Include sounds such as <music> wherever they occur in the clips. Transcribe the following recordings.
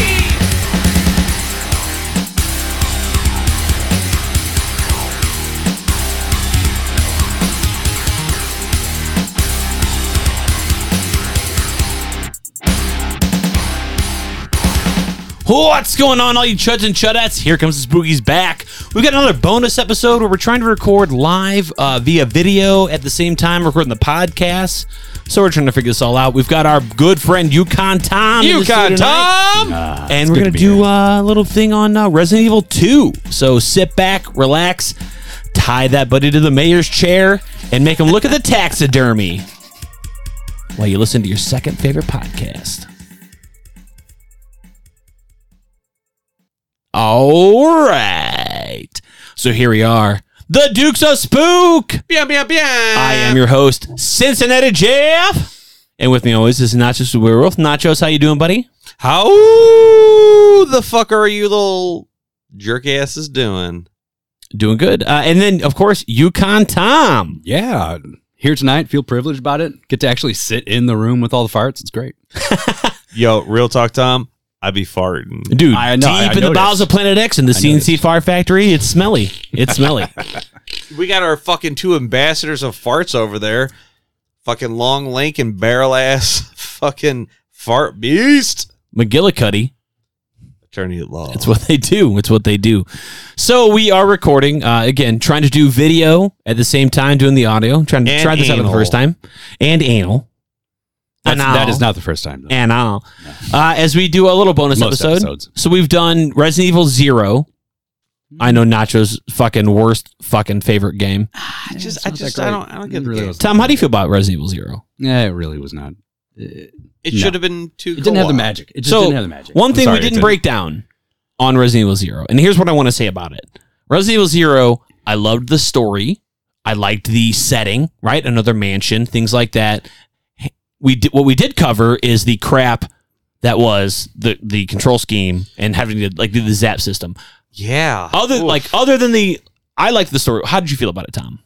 spooky! What's going on, all you chuds and chudettes? Here comes the Spookies back. We've got another bonus episode where we're trying to record live uh, via video at the same time recording the podcast. So we're trying to figure this all out. We've got our good friend Yukon Tom. in the studio UConn tonight. Tom. and we're Ah, good gonna to be do uh, a little thing on uh, Resident Evil 2. So sit back, relax, tie that buddy to the mayor's chair, and make him look at the taxidermy while you listen to your second favorite podcast. All right, so here we are, the Dukes of Spook. Bia, bia, bia. I am your host, Cincinnati Jeff, and with me always is Nachos Werewolf. Nachos, how you doing, buddy? How the fuck are you little jerk asses doing? Doing good. Uh, and then, of course, Yukon Tom. Yeah. Here tonight, feel privileged about it. Get to actually sit in the room with all the farts. It's great. Yo, real talk, Tom. I be farting. Dude, I know, deep I in the noticed. bowels of Planet X in the CNC Fire Factory, it's smelly. It's <laughs> smelly. We got our fucking two ambassadors of farts over there. Fucking long link and barrel ass <laughs> fucking fart beast. McGillicuddy. Attorney at law. It's what they do. It's what they do. So we are recording uh, again, trying to do video at the same time, doing the audio, trying to And try this out for the anal. first time, and anal. That's, Anal. that is not the first time. Though. and all. Uh, as we do a little bonus Most episode. episodes. Hmm. So we've done Resident Evil Zero. I know Nacho's fucking worst fucking favorite game. I just, It's I not that just, great. I don't, I don't get It really the game. was- Tom, how do you feel about Resident Evil Zero? Yeah, it really was not. It, It No. should have been two. it didn't have the magic. It just So, didn't have the magic. One I'm thing sorry, we it didn't break down on Resident Evil Zero, and here's what I want to say about it. Resident Evil Zero, I loved the story. I liked the setting, right? Another mansion, things like that. We did, what we did cover is the crap that was the the control scheme and having to like do the zap system. Yeah. other Oof. like other than the I liked the story. How did you feel about it, Tom?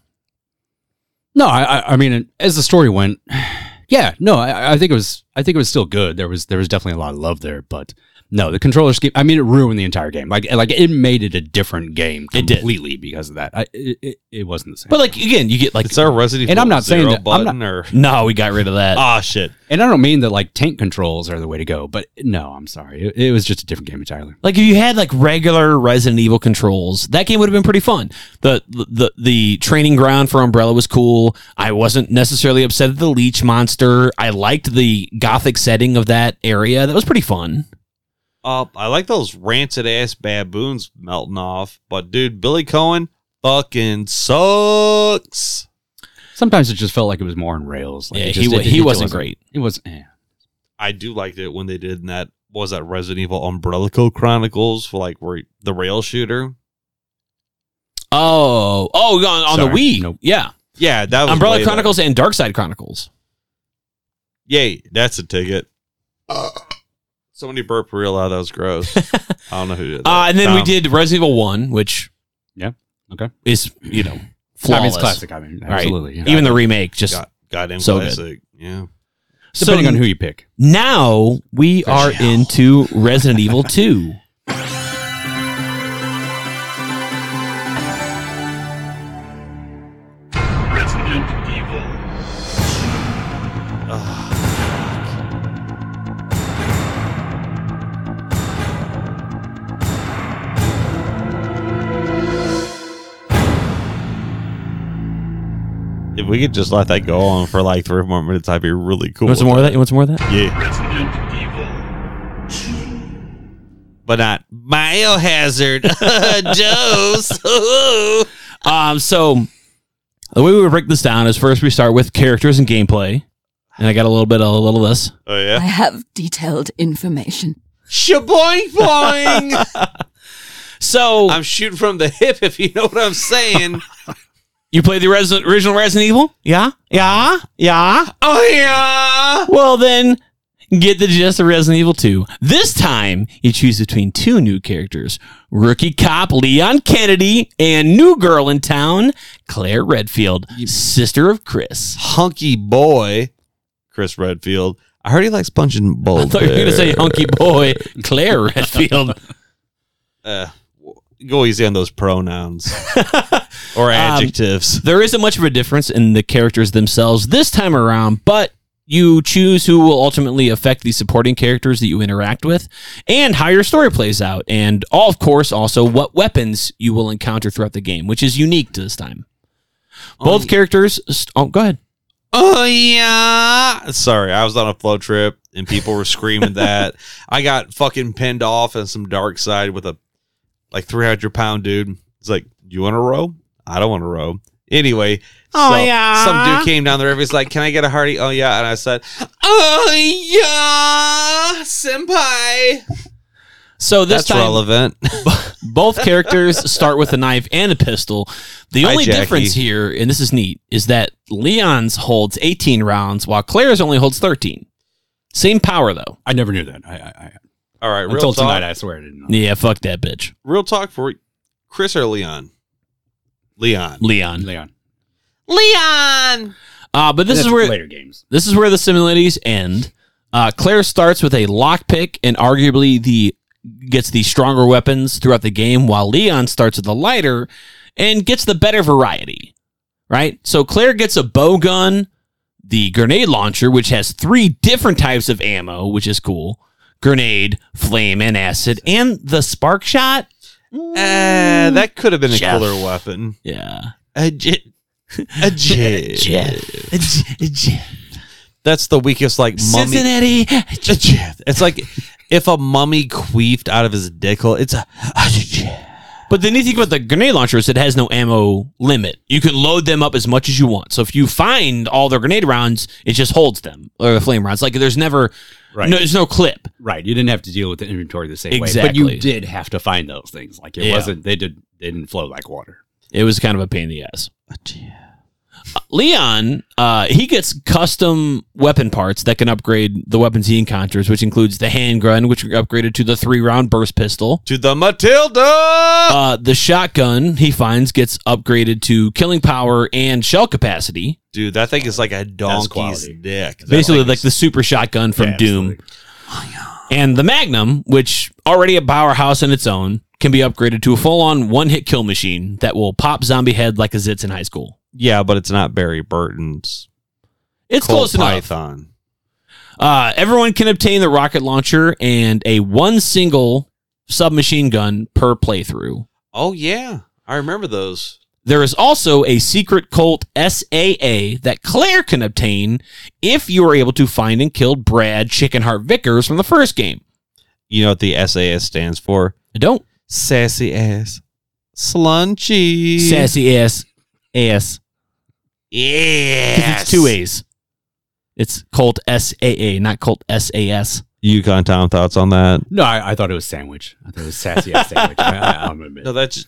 No, I, I- I mean, as the story went, <sighs> yeah, no, I, I think it was, I think it was still good. There was, there was definitely a lot of love there, but no, the controller scheme. I mean, it ruined the entire game. Like, like it made it a different game It did. completely because of that. I, it, it, it wasn't the same. But like again, you get like it's our Resident And I'm Evil not saying Zero that- I'm button or no, we got rid of that. ah shit. And I don't mean that like tank controls are the way to go, but no, I'm sorry. It, it was just a different game entirely. like if you had like regular Resident Evil controls, that game would have been pretty fun. The the the training ground for Umbrella was cool. I wasn't necessarily upset at the leech monster. I liked the gothic setting of that area. That was pretty fun. Uh, I like those rancid ass baboons melting off, but dude, Billy Cohen fucking sucks. Sometimes it just felt like it was more on rails. Like yeah, it he just, wa- it- he it wasn't great. It was. Eh. I do liked it when they did in that what was that Resident Evil Umbrellico Chronicles for like where the rail shooter. Oh, oh, on, on the Sorry, Wii, nope. yeah, Yeah, that was way Umbrella better. Chronicles and Dark Side Chronicles. Yay, that's a ticket. Somebody burped real loud. That <laughs> was gross. I don't know who did. That. Uh, and then we Tom. did Resident Evil One, which Yeah, okay. is you know I flawless. mean, it's classic. I mean, right? absolutely. yeah. Even the remake, just God, goddamn So good. classic. Yeah, depending on who you pick. Now we are into Resident Evil <laughs> 2. Resident Evil. if we could just let that go on for like three or four minutes, I'd be really cool. You want some more of that? You want some more of that? Yeah, Resident Evil. but not biohazard <laughs> dose. Um, so the way we would break this down is first we start with characters and gameplay. And I got a little bit of a little of this. oh yeah. I have detailed information. Shaboing <laughs> boing. So I'm shooting from the hip, if you know what I'm <laughs> saying. you played the Resi- original Resident Evil? Yeah. Yeah. Yeah. oh yeah. Well then get the gist of Resident Evil 2. This time you choose between two new characters. Rookie cop Leon Kennedy and new girl in town, Claire Redfield, sister of Chris. Hunky boy, Chris Redfield. I heard he likes punching I boulders. thought you were going to say hunky boy Claire Redfield. Uh, go easy on those <laughs> pronouns or adjectives. there isn't much of a difference in the characters themselves this time around, but you choose who will ultimately affect the supporting characters that you interact with and how your story plays out. And all, of course, also what weapons you will encounter throughout the game, which is unique to this time. Both Um, characters. St- oh, go ahead. Oh yeah. Sorry, I was on a flow trip and people were screaming that. I got fucking pinned off in some dark side with a like three hundred pound dude. It's like, you want a row? I don't want a row. Anyway, oh yeah. Some dude came down the river. He's like, "Can I get a hearty?" Oh yeah, and I said, "Oh yeah, senpai." So this That's time, relevant. both characters start with a knife and a pistol. The Hi, only Jackie. difference here, and this is neat, is that Leon's holds 18 rounds while Claire's only holds 13. Same power though. I never knew that. I, I, I All right, real until talk. tonight, I swear I didn't know. Yeah, fuck that bitch. Real talk for Chris or Leon. Leon. Leon. Leon. Leon. Uh, but this That's is where later games. this is where the similarities end. Uh, Claire starts with a lockpick and arguably the gets the stronger weapons throughout the game, while Leon starts with the lighter and gets the better variety. Right? So Claire gets a bow gun, the grenade launcher, which has three different types of ammo, which is cool. Grenade, flame, and acid, and the spark shot. Uh, that could have been a Jeff. killer weapon. Yeah. A j- a j- That's the weakest, like mummy. Cincinnati. A jiff. It's like <laughs> if a mummy queefed out of his dick hole. It's a, a jiff. But the neat thing about the grenade launcher is it has no ammo limit. You can load them up as much as you want. So if you find all their grenade rounds, it just holds them or the flame rounds. Like there's never, Right. no, there's no clip. Right. You didn't have to deal with the inventory the same way. But Exactly. you did have to find those things. Like it Yeah. wasn't they did they didn't flow like water. It was kind of a pain in the ass. Leon, uh, he gets custom weapon parts that can upgrade the weapons he encounters, which includes the handgun, which we upgraded to the three round burst pistol. to the Matilda. Uh, the shotgun he finds gets upgraded to killing power and shell capacity. Dude, that thing is like a donkey's quality. dick. basically like the super shotgun from Yeah, Doom. And the Magnum, which already a powerhouse in its own, can be upgraded to a full-on one-hit kill machine that will pop zombie head like a zits in high school. yeah, but it's not Barry Burton's. It's Colt close enough. Python. Uh, everyone can obtain the rocket launcher and a one single submachine gun per playthrough. Oh yeah, I remember those. There is also a secret Colt SAA that Claire can obtain if you are able to find and kill Brad Chickenheart Vickers from the first game. You know what the SAS stands for? I don't Sassy ass. Slunchy. sassy ass ass. Yeah. Because it's two A's. It's Colt S A A, not Colt S A S. Yukon Tom thoughts on that? No, I, I thought it was sandwich. I thought it was sassy ass sandwich. I, I, I'm admit. No, that's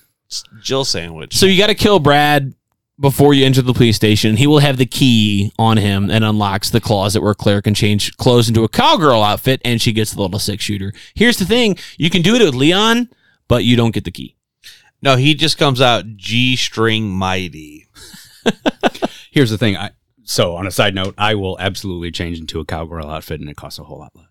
Jill sandwich. So you got to kill Brad before you enter the police station. He will have the key on him and unlocks the closet where Claire can change clothes into a cowgirl outfit and she gets the little six shooter. Here's the thing you can do it with Leon, but you don't get the key. No, he just comes out G string mighty. Here's the thing. I so on a side note, I will absolutely change into a cowgirl outfit and it costs a whole lot less.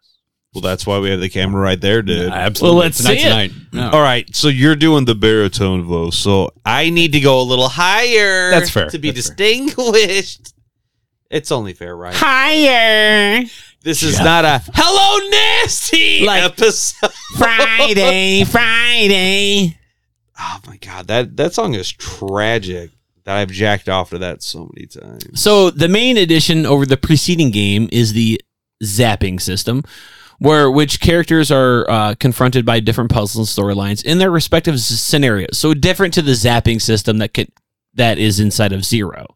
Well, that's why we have the camera right there, dude. absolutely. Well, let's Tonight's see it. night. No. All right, so you're doing the baritone voice, so I need to go a little higher. That's fair. To be That's fair. distinguished. It's only fair, right? <laughs> Higher This is not a hello nasty Like- episode. <laughs> Friday, Friday. Oh my god, that that song is tragic. That I've jacked off to that so many times. So the main addition over the preceding game is the zapping system, where which characters are uh, confronted by different puzzles and storylines in their respective s- scenarios. So different to the zapping system that could that is inside of Zero.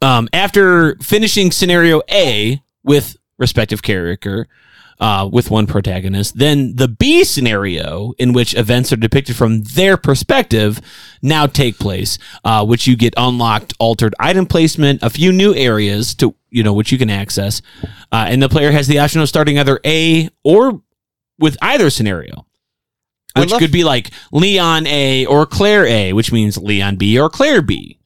Um, after finishing scenario A with respective character. Uh, with one protagonist, then the B scenario, in which events are depicted from their perspective, now take place, uh, which you get unlocked, altered item placement, a few new areas to you know which you can access, uh, and the player has the option of starting either A or with either scenario, I which love- could be like Leon A or Claire A, which means Leon B or Claire B.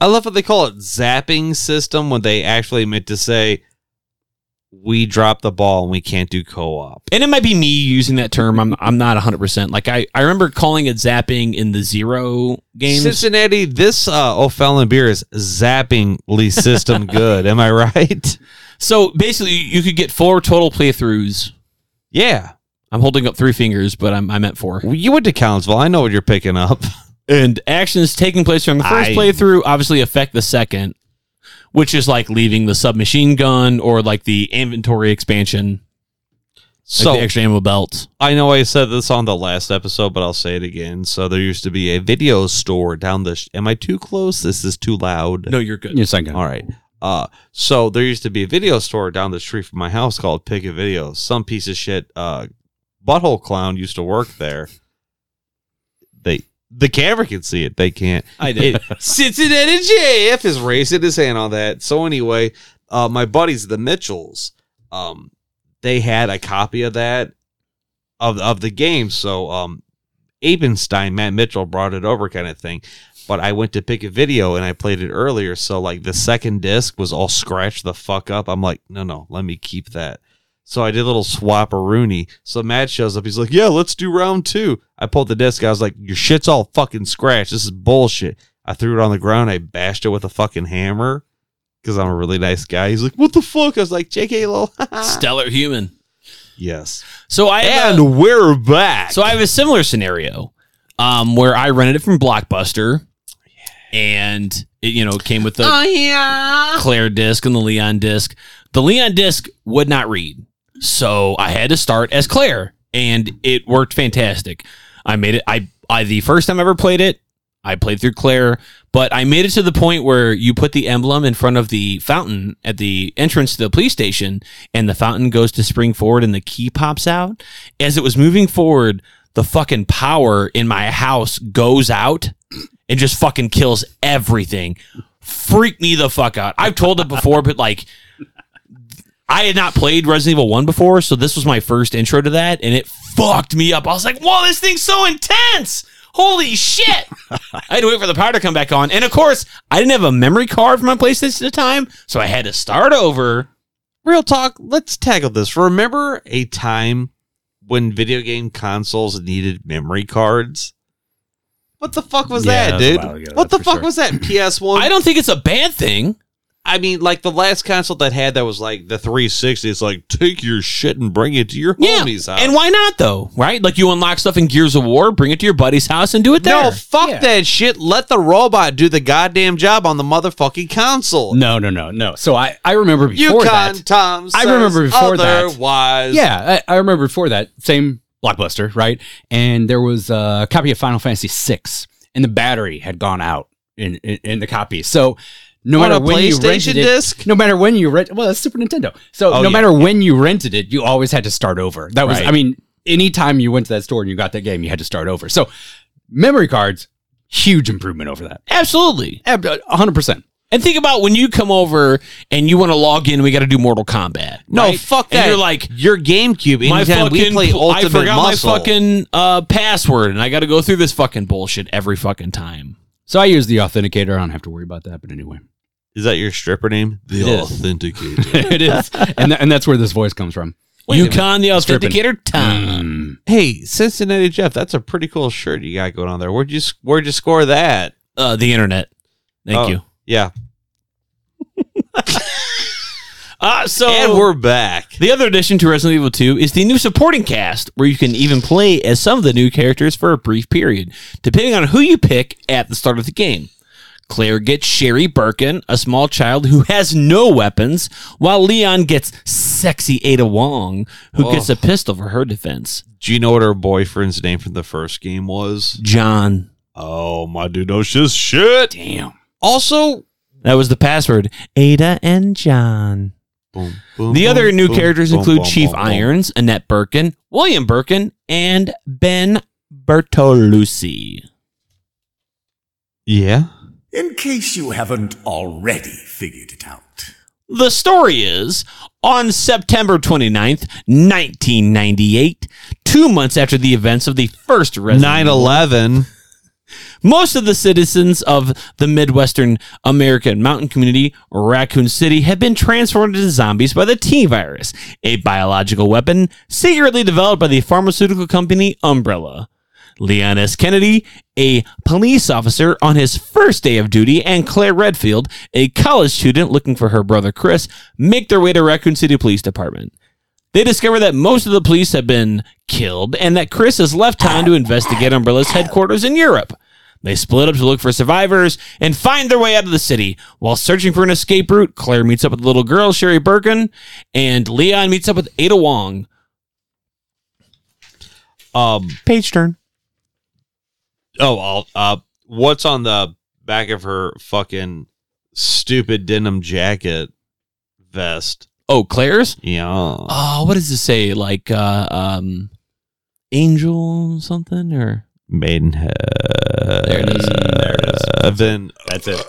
I love what they call it zapping system when they actually meant to say we dropped the ball and we can't do co-op. and it might be me using that term. I'm I'm not 100. percent Like I I remember calling it zapping in the zero games. Cincinnati, this uh, O'Fallon beer is zapping Lee system good. Am I right? So basically, you could get four total playthroughs. Yeah, I'm holding up three fingers, but I'm, I meant four. Well, you went to Collinsville. I know what you're picking up. And actions taking place during the first I- playthrough obviously affect the second, which is like leaving the submachine gun or like the inventory expansion, like So the extra ammo belts. I know I said this on the last episode, but I'll say it again. So there used to be a video store down the. Sh- Am I too close? This is too loud. No, you're good. It's like, All right. Uh, so there used to be a video store down the street from my house called Pick a Video. Some piece of shit uh, butthole clown used to work there. They the camera can see it. They can't. I <laughs> It, Cincinnati JF is raising his hand on that. So anyway, uh, my buddies the Mitchells, um, they had a copy of that of of the game. So um, Abenstein, Matt Mitchell brought it over, kind of thing. But I went to pick a video and I played it earlier. So like the second disc was all scratched the fuck up. I'm like, no, no, let me keep that. So I did a little swapperoonie. So Matt shows up. He's like, yeah, let's do round two. I pulled the disc. I was like, your shit's all fucking scratched. This is bullshit. I threw it on the ground. I bashed it with a fucking hammer because I'm a really nice guy. He's like, what the fuck? I was like, JK <laughs> lol. Stellar human. yes. So I have uh, a- And we're back. So I have a similar scenario um, where I rented it from Blockbuster, and it, you know it came with the Claire disc and the Leon disc. The Leon disc would not read, so I had to start as Claire, and it worked fantastic. I made it. I, I the first time I ever played it, I played through Claire, but I made it to the point where you put the emblem in front of the fountain at the entrance to the police station, and the fountain goes to spring forward, and the key pops out. As it was moving forward, the fucking power in my house goes out and just fucking kills everything. Freak me the fuck out. I've told it before, but like. I had not played Resident Evil 1 before, so this was my first intro to that, and it fucked me up. I was like, whoa, this thing's so intense! Holy shit! I had to wait for the power to come back on. And of course, I didn't have a memory card for my PlayStation at the time, so I had to start over. real talk, let's tackle this. Remember a time when video game consoles needed memory cards? What the fuck was that, Yeah, that was a dude? while ago, what the that's for fuck sure. was that? <clears throat> PS1? I don't think it's a bad thing. I mean, like the last console that had that was like the 360. It's like take your shit and bring it to your Yeah. homies house. And why not, though? Right? Like you unlock stuff in Gears of War, bring it to your buddy's house, and do it there. no, fuck Yeah. that shit. Let the robot do the goddamn job on the motherfucking console. no, no, no, no. So I, I remember before Yukon that. Tom. I says remember before that. Otherwise, Yeah, I, I remember before that same blockbuster, right? And there was a copy of Final Fantasy VI, and the battery had gone out in in, in the copy. So no On matter a when you PlayStation rented it, disc? no matter when you rent, well, that's Super Nintendo. So Oh, no yeah, matter when you rented it, you always had to start over. That was, Right. I mean, anytime you went to that store and you got that game, you had to start over. So memory cards, huge improvement over that, Absolutely. hundred percent. And think about when you come over and you want to log in, we got to do Mortal Kombat. No, right? fuck And that. you're like, your GameCube. my Anytime fucking, we play pl- Ultimate I forgot Muscle. my fucking uh, password, and I got to go through this fucking bullshit every fucking time. So I use the authenticator. I don't have to worry about that. But anyway, <laughs> Is that your stripper name? The It is. Authenticator. it is, and tha- and that's where this voice comes from. You con the authenticator Ah. time. Um, <laughs> hey, Cincinnati Jeff, that's a pretty cool shirt you got going on there. Where'd you s- Where'd you score that? Uh, the internet. Thank Oh, you. Yeah, Uh, so and we're back. the other addition to Resident Evil 2 is the new supporting cast, where you can even play as some of the new characters for a brief period, depending on who you pick at the start of the game. Claire gets Sherry Birkin, a small child who has no weapons, while Leon gets sexy Ada Wong, who Oh. gets a pistol for her defense. Do you know what her boyfriend's name from the first game was? John. Oh, my dude knows his shit. damn. Also, That was the password. Ada and John. boom, boom, The boom, other new boom, characters boom, include boom, Chief boom, boom. Irons, Annette Birkin, William Birkin, and Ben Bertolucci. Yeah. In case you haven't already figured it out. The story is on September 29th, 1998, two months after the events of the first Resident 9 11. Most of the citizens of the Midwestern American mountain community, Raccoon City, have been transformed into zombies by the T virus, a biological weapon secretly developed by the pharmaceutical company Umbrella. Leon S. Kennedy, a police officer on his first day of duty, and Claire Redfield, a college student looking for her brother Chris, make their way to Raccoon City Police Department. They discover that most of the police have been killed and that Chris has left town to investigate Umbrella's headquarters in Europe. They split up to look for survivors and find their way out of the city. While searching for an escape route, Claire meets up with the little girl, Sherry Birkin, and Leon meets up with Ada Wong. Um. Page turn. Oh, I'll, uh, what's on the back of her fucking stupid denim jacket vest? Oh, Claire's? Yeah. Oh, what does it say? Like, uh, um, angel something or? Maidenhead. There it is. There it is. then That's it.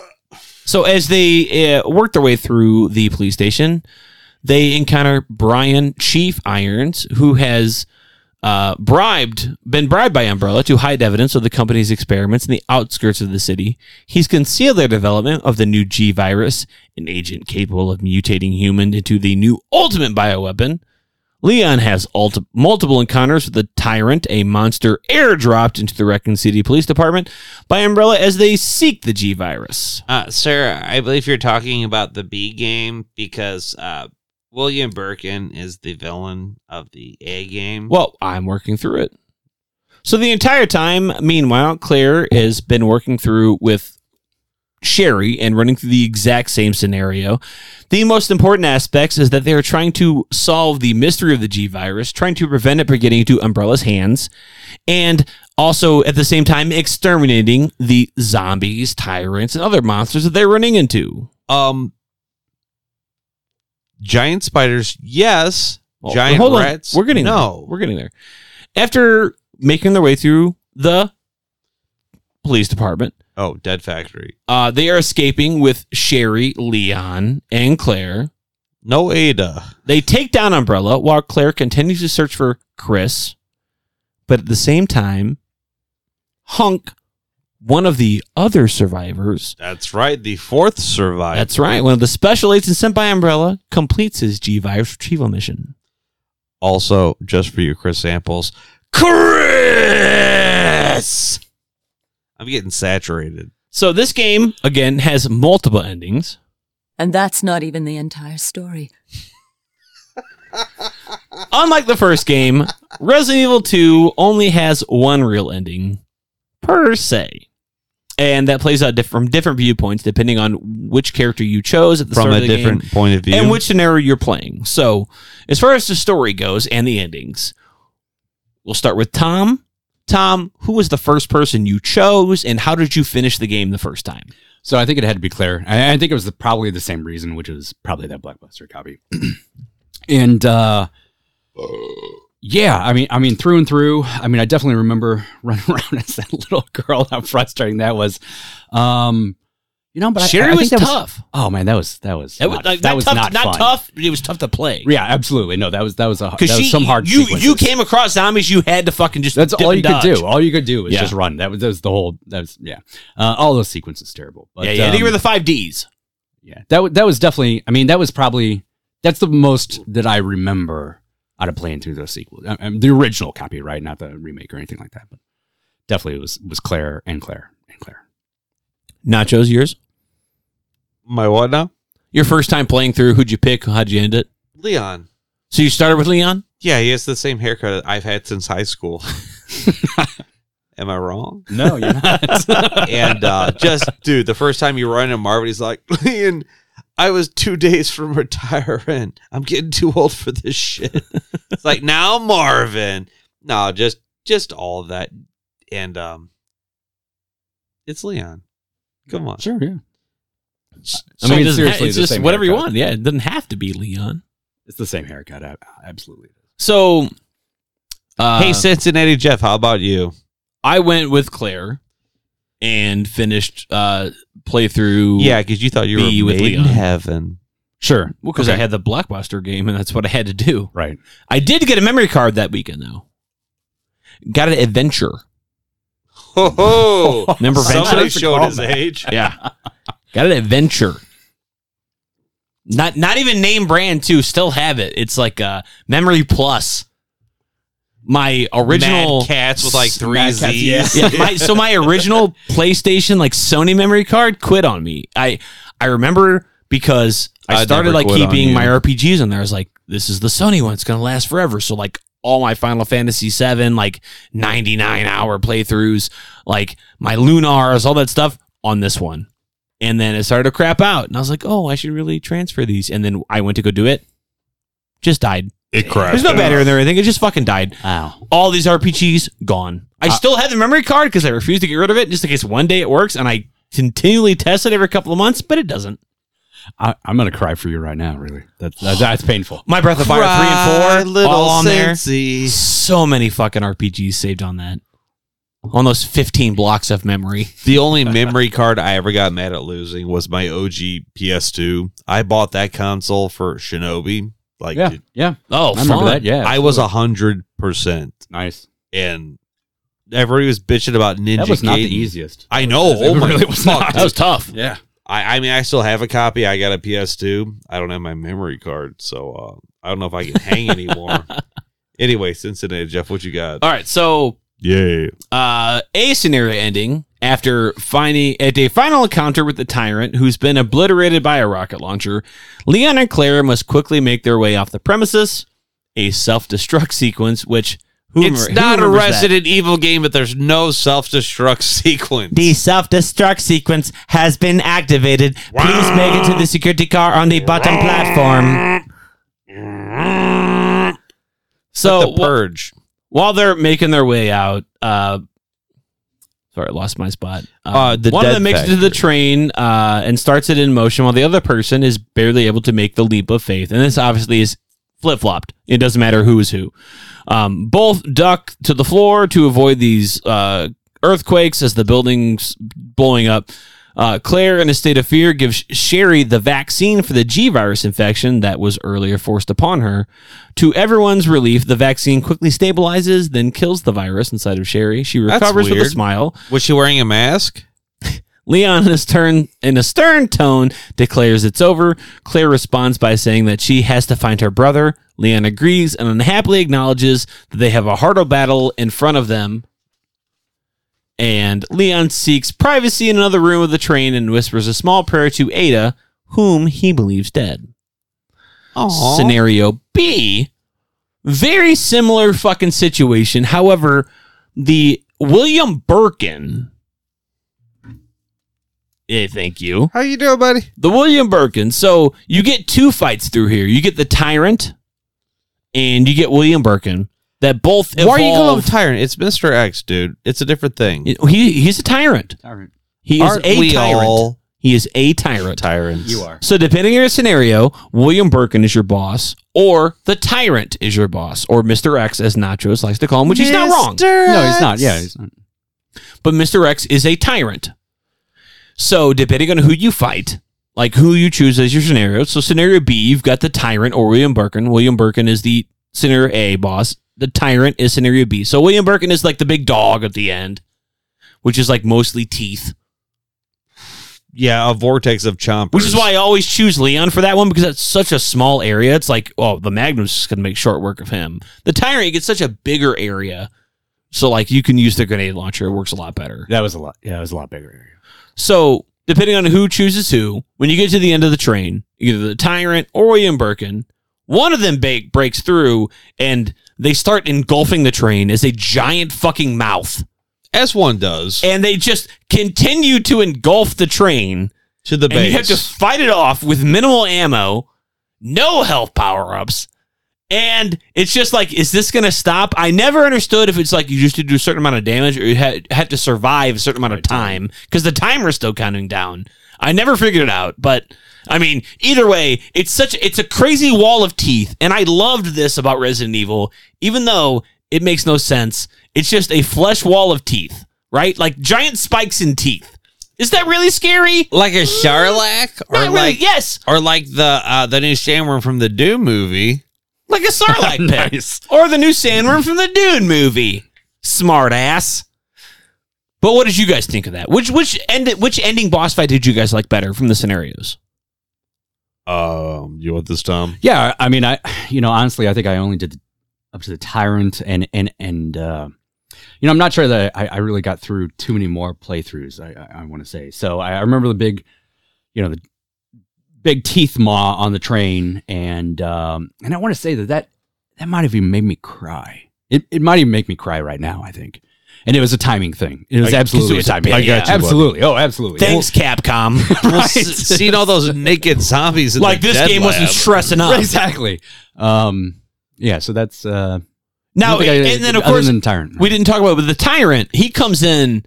So as they uh, work their way through the police station, they encounter Brian Chief Irons, who has uh, bribed, been bribed by Umbrella to hide evidence of the company's experiments in the outskirts of the city. He's concealed their development of the new G virus, an agent capable of mutating human into the new ultimate bioweapon. Leon has alt- multiple encounters with the Tyrant, a monster airdropped into the Raccoon City Police Department by Umbrella as they seek the G virus. Uh, sir, I believe you're talking about the B game because uh, William Birkin is the villain of the A game. Well, I'm working through it. So the entire time, meanwhile, Claire has been working through with Sherry and running through the exact same scenario. The most important aspects is that they are trying to solve the mystery of the G virus, trying to prevent it from getting into Umbrella's hands, and also at the same time exterminating the zombies, tyrants, and other monsters that they're running into. um, giant spiders, yes. Well, giant hold on. rats, We're getting no. there. We're getting there. After making their way through the police department, Oh, Dead Factory. uh, they are escaping with Sherry, Leon, and Claire. No Ada. They take down Umbrella while Claire continues to search for Chris. But at the same time, Hunk, one of the other survivors, That's right. The fourth survivor. that's right, one of the special agents sent by Umbrella, completes his G virus retrieval mission. also just for you, Chris Samples. Chris. I'm getting saturated. So this game, again, has multiple endings. And that's not even the entire story. Unlike the first game, Resident Evil 2 only has one real ending, per se. And that plays out diff- from different viewpoints depending on which character you chose at the From start a of the different game point of view. and which scenario you're playing. So, as far as the story goes and the endings, we'll start with Tom. Tom, who was the first person you chose, and how did you finish the game the first time? So I think it had to be Claire. I, I think it was the, probably the same reason, which was probably that blockbuster copy. <clears throat> and uh, yeah, I mean, I mean, through and through. I mean, I definitely remember <laughs> running around as that little girl. How frustrating that was. Um, you know, but I- I, Sherry I was think that tough. oh man, that was that was That was, not- like, that not was tough, not not fun. tough. It was tough to play. Yeah, absolutely. No, that was that was a that Because was she, some hard. you you sequences. came across zombies, you had to fucking just. That's dip all and you could dodge. do. All you could do was Yeah. just run. That was, that was the whole. That was yeah. Uh, all those sequences terrible. But, yeah, yeah. um, they were the five Ds. yeah that, wa- that was definitely i mean that was probably that's the most that i remember out of playing through those sequels I, I- the original copy right not the remake or anything like that but definitely it was was claire and claire and claire Nachos, yours. My what now? Your first time playing through, who'd you pick? How'd you end it? Leon. So you started with Leon. Yeah, he has the same haircut I've had since <laughs> high school. Am I wrong? no you're <laughs> not And uh, just, dude, the first time you run into Marvin, he's like, <laughs> Leon, I was two days from <laughs> retiring. I'm getting too old for this shit. it's like, now, Marvin. No, just, just all of that. And um, it's Leon. Come on. sure yeah I mean, So it doesn't ha- seriously, it's the just same whatever you haircut. want. Yeah, it doesn't have to be Leon. it's the same haircut I, absolutely So, uh, hey, Cincinnati Jeff, how about you? I went with Claire and finished uh, playthrough. Yeah, because you thought you Be were with with made in Leon. heaven. sure because I had the blockbuster game, and that's what I had to do. right I did get a memory card that weekend though. Got an adventure. Ho <laughs> ho! Remember Somebody Venture? showed his age. Yeah. Got an adventure. Not not even name brand too. Still have it. It's like uh Memory Plus. My original Mad cats with like three Mad Z's. cats, yeah. yeah, <laughs> my, so my original PlayStation like Sony memory card quit on me. I I remember because I I'd started never like quit on keeping you. my RPGs on there. I was like, this is the Sony one. It's gonna last forever. So like all my Final Fantasy VII, like 99 hour playthroughs, like my Lunars, all that stuff on this one. And then it started to crap out, and I was like, oh, I should really transfer these. And then I went to go do it. Just died. It crashed. There's no battery in there. I think it just fucking died Wow. all these RPGs gone. I still have the memory card because I refuse to get rid of it just in case one day it works and I continually test it every couple of months, but it doesn't. I, I'm gonna cry for you right now. Really, that's <sighs> that's, that's painful. My Breath of Fire 3 and 4, little all on there. Cincy. So many fucking RPGs saved on that. On those 15 blocks of memory. The only memory card I ever got mad at losing was my OG PS2. I bought that console for Shinobi. Like yeah, dude, yeah. Oh, I remember fun. <laughs> that. Yeah, I was a hundred percent, nice. and everybody was bitching about Ninja. That was not the Gaiden. easiest. I know. It Oh my really was was not. That was tough. Yeah. I, I mean, I still have a copy. I got a PS2. I don't have my memory card, so uh, I don't know if I can hang <laughs> anymore. anyway, Cincinnati Jeff, what you got? All right, so Yeah, uh, a scenario ending after finding at a final encounter with the tyrant who's been obliterated by a rocket launcher. Leon and Claire must quickly make their way off the premises. A self-destruct sequence, which who it's remem- who not a remembers that? Resident Evil game, but there's no self destruct <laughs> sequence. The self-destruct sequence has been activated. Please make it to the security car on the bottom platform. So the purge. while they're making their way out, uh, sorry, I lost my spot. Um, Uh, the one of Dead them makes it to the Factory. train uh, and starts it in motion, while the other person is barely able to make the leap of faith. And this obviously is flip flopped. It doesn't matter who is who. Um, both duck to the floor to avoid these uh, earthquakes as the building's blowing up. Uh, Claire, in a state of fear, gives Sherry the vaccine for the G virus infection that was earlier forced upon her. To everyone's relief, the vaccine quickly stabilizes, then kills the virus inside of Sherry. She That's recovers with a weird. smile. Was she wearing a mask? Leon, in, his turn, in a stern tone, declares it's over. Claire responds by saying that she has to find her brother. Leon agrees and unhappily acknowledges that they have a harder battle in front of them. And Leon seeks privacy in another room of the train and whispers a small prayer to Ada, whom he believes dead scenario B. Very similar fucking situation. However, the William Birkin. Yeah, thank you. How you doing, buddy? The William Birkin. So you get two fights through here. You get the tyrant, and you get William Birkin. That both. Why are you calling him involve- tyrant? It's Mr. X, dude. It's a different thing. He he's a tyrant. Tyrant. He is Aren't a we tyrant. all He is a tyrant. tyrants? You are. So depending on your scenario, William Birkin is your boss, or the tyrant is your boss, or Mr. X, as Nachos likes to call him, which he's not wrong. No, he's not. Yeah, he's not. But Mr. X is a tyrant. So depending on who you fight, like who you choose as your scenario. So scenario B, you've got the tyrant or William Birkin. William Birkin is the scenario A boss. The tyrant is scenario B. So William Birkin is like the big dog at the end, which is like mostly teeth. Yeah, a vortex of chompers. Which is why I always choose Leon for that one because that's such a small area. It's like, oh, the Magnum's just gonna make short work of him. The Tyrant gets such a bigger area, so like you can use the grenade launcher. It works a lot better. That was a lot. Yeah, that was a lot bigger <laughs> area. So depending on who chooses who, when you get to the end of the train, either the Tyrant or William Birkin, one of them ba- breaks through and they start engulfing the train as a giant fucking mouth, as one does and they just continue to engulf the train. to the and base. you have to fight it off with minimal ammo, no health power ups, and it's just like, is this going to stop? I never understood if it's like you just do a certain amount of damage or you ha- have to survive a certain amount of time because the timer's still counting down. I never figured it out, but I mean, either way, it's such it's a crazy wall of teeth, and I loved this about Resident Evil, even though it makes no sense. It's just a flesh wall of teeth, right? Like giant spikes in teeth. Is that really scary? like a Sharlac or Not really. like yes, or like the uh, the new Shamron from the Doom movie. like a <laughs> sarlacc pit, or the new sandworm from the Dune movie. Smart ass. But what did you guys think of that? Which which end which ending boss fight did you guys like better from the scenarios? Um, you want this, Tom? <laughs> Yeah, I mean, I you know honestly, I think I only did up to the tyrant and and and uh, you know I'm not sure that I, I really got through too many more playthroughs. I I, I want to say so. I, I remember the big, you know, the big teeth maw on the train, and um, and I want to say that that that might have even made me cry. It it might even make me cry right now. I think. And it was a timing thing. It was I- 'cause absolutely it was a a- timing. I got you, absolutely. Oh, absolutely. Thanks, Capcom. <laughs> Well, s- seeing all those naked zombies in like the this dead game wasn't lab. stressing up. <laughs> exactly. Um, yeah. So that's uh, I Now don't think I- and then of other course than tyrant. we didn't talk about, but the tyrant he comes in.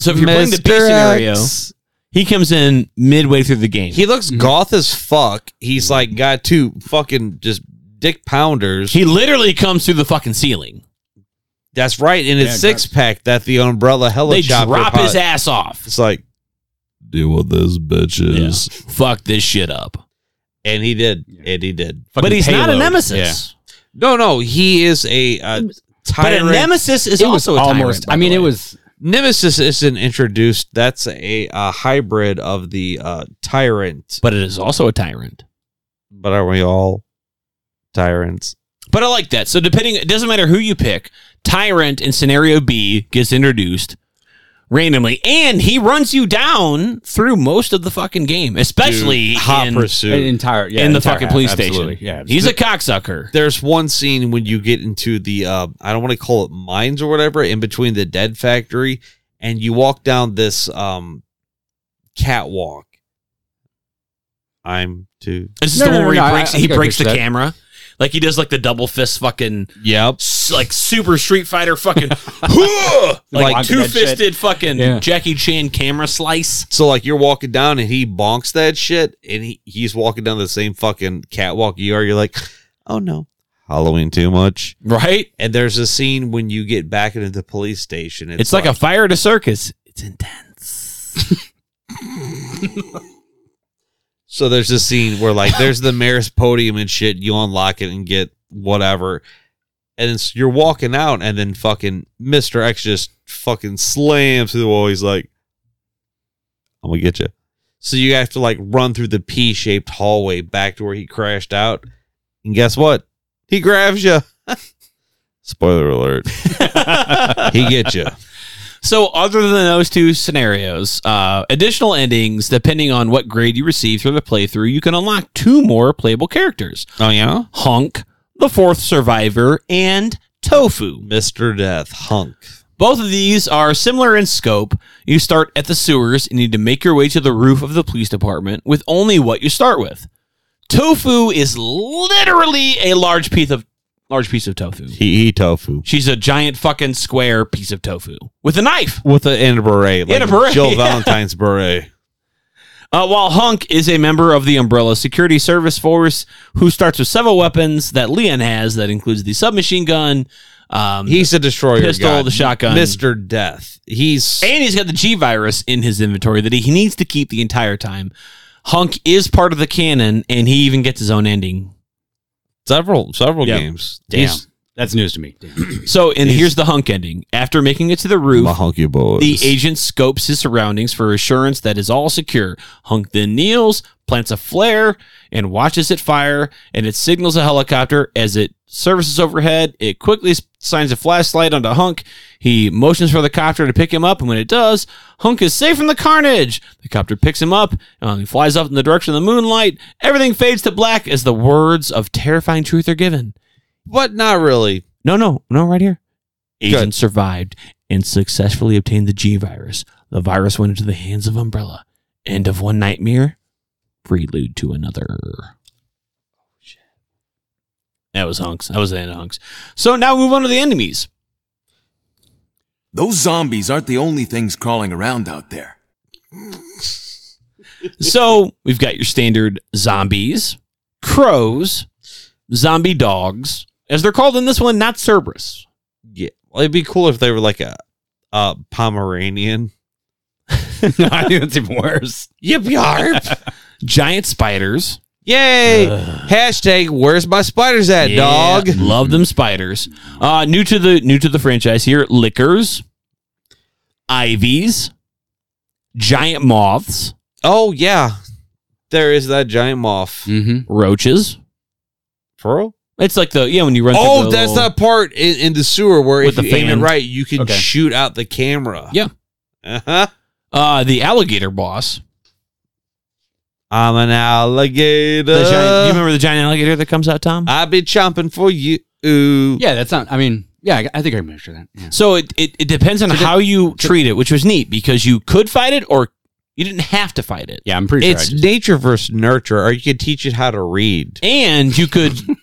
So if you're playing the B Mr. scenario, X. he comes in midway through the game. He looks goth as fuck. He's like got two fucking just dick pounders. He literally comes through the fucking ceiling. That's right, in his Yeah, six pack that the umbrella They helicopter. drop his pod- ass off. It's like deal with this bitches, Fuck this shit up. and he did, and he did. but he's not a payload. nemesis. No, no, he is a uh, But a tyrant. nemesis is It was also a tyrant, almost. by I mean, the it way. was. Nemesis isn't introduced. That's a, uh hybrid of the uh, tyrant. but it is also a tyrant. But are we all tyrants? But I like that. So depending, it doesn't matter who you pick. Tyrant in scenario B gets introduced randomly, and he runs you down through most of the fucking game, especially Dude, hot in, pursuit. An entire yeah, in the entire fucking half, police absolutely. station. Yeah, he's a cocksucker. there's one scene when you get into the uh, I don't want to call it mines or whatever in between the dead factory and you walk down this um catwalk. I'm too This is No, the no, one no, where no, he I- breaks. I he think I breaks the picture that. camera, like he does like the double fist fucking. Yep. s- Like Super Street Fighter <laughs> fucking, <laughs> like, Walking Dead two fisted fucking Yeah. Jackie Chan camera slice. So like you're walking down and he bonks that shit and he, he's walking down the same fucking catwalk you are. You're like, oh no. Halloween too much. Right? And there's a scene when you get back into the police station. It's, like, a fire to circus. It's intense. So there's a scene where like there's the mayor's podium and shit. You unlock it and get whatever, and it's, you're walking out, and then fucking Mister X just fucking slams through the wall. He's like, "I'm gonna get you." So you have to like run through the P-shaped hallway back to where he crashed out, and guess what? He grabs you. <laughs> Spoiler <laughs> alert. he gets you. So, other than those two scenarios, uh, additional endings, depending on what grade you receive through the playthrough, you can unlock two more playable characters Oh yeah, Hunk, the fourth survivor, and Tofu. Mister Death Hunk. Both of these are similar in scope. You start at the sewers and need to make your way to the roof of the police department with only what you start with. Tofu is literally a large piece of large piece of tofu. He he tofu She's a giant fucking square piece of tofu with a knife. with a in a beret, like In a beret, Jill <laughs> yeah. Valentine's beret. Uh, while Hunk is a member of the Umbrella Security Service Force, who starts with several weapons that Leon has, that includes the submachine gun. Um, He's a destroyer. Pistol, god. the shotgun. Mister Death. He's and he's got the G virus in his inventory that he needs to keep the entire time. Hunk is part of the canon, and he even gets his own ending. several several Yeah. games. Damn, He's that's news to <laughs> me. So, and here's the Hunk ending. After making it to the roof, my hunky boy. The agent scopes his surroundings for assurance that is all secure. Hunk then kneels, plants a flare, and watches it fire, and it signals a helicopter as it services overhead. It quickly s- signs a flashlight onto Hunk. He motions for the copter to pick him up, and when it does, Hunk is safe from the carnage. The copter picks him up, and he flies off in the direction of the moonlight. Everything fades to black as the words of terrifying truth are given. but not really. No, no, no, right here. Good. Agent survived and successfully obtained the G virus. The virus went into the hands of Umbrella. End of one nightmare, prelude to another. That was hunks. That was the end of hunks. So now move on to the enemies. Those zombies aren't the only things crawling around out there. So we've got your standard zombies, crows, zombie dogs, as they're called in this one, not Cerberus. Yeah. Well, it'd be cool if they were like a uh Pomeranian. I think that's even worse. Yip yarp. Giant spiders. Yay. Hashtag where's my spiders at, Yeah, dog? Love them spiders. Uh, new to the new to the franchise here, lickers. ivies, giant moths, Oh yeah, there is that giant moth. Mm-hmm. roaches. Pearl. It's like the yeah when you run. through Oh, the that's little- that part in, in the sewer where With if the you aim it fan. right, you can Okay. shoot out the camera. Yeah. Uh huh. uh, the alligator boss. I'm an alligator. The giant, you remember the giant alligator that comes out, Tom? I be chomping for you. Yeah, that's not. I mean, yeah, I, I think I can measure that. Yeah. so it, it, it depends on how you treat it, which was neat because you could fight it or you didn't have to fight it. Yeah, I'm pretty It's sure. I just- nature versus nurture, or you can teach it how to read. And you could Can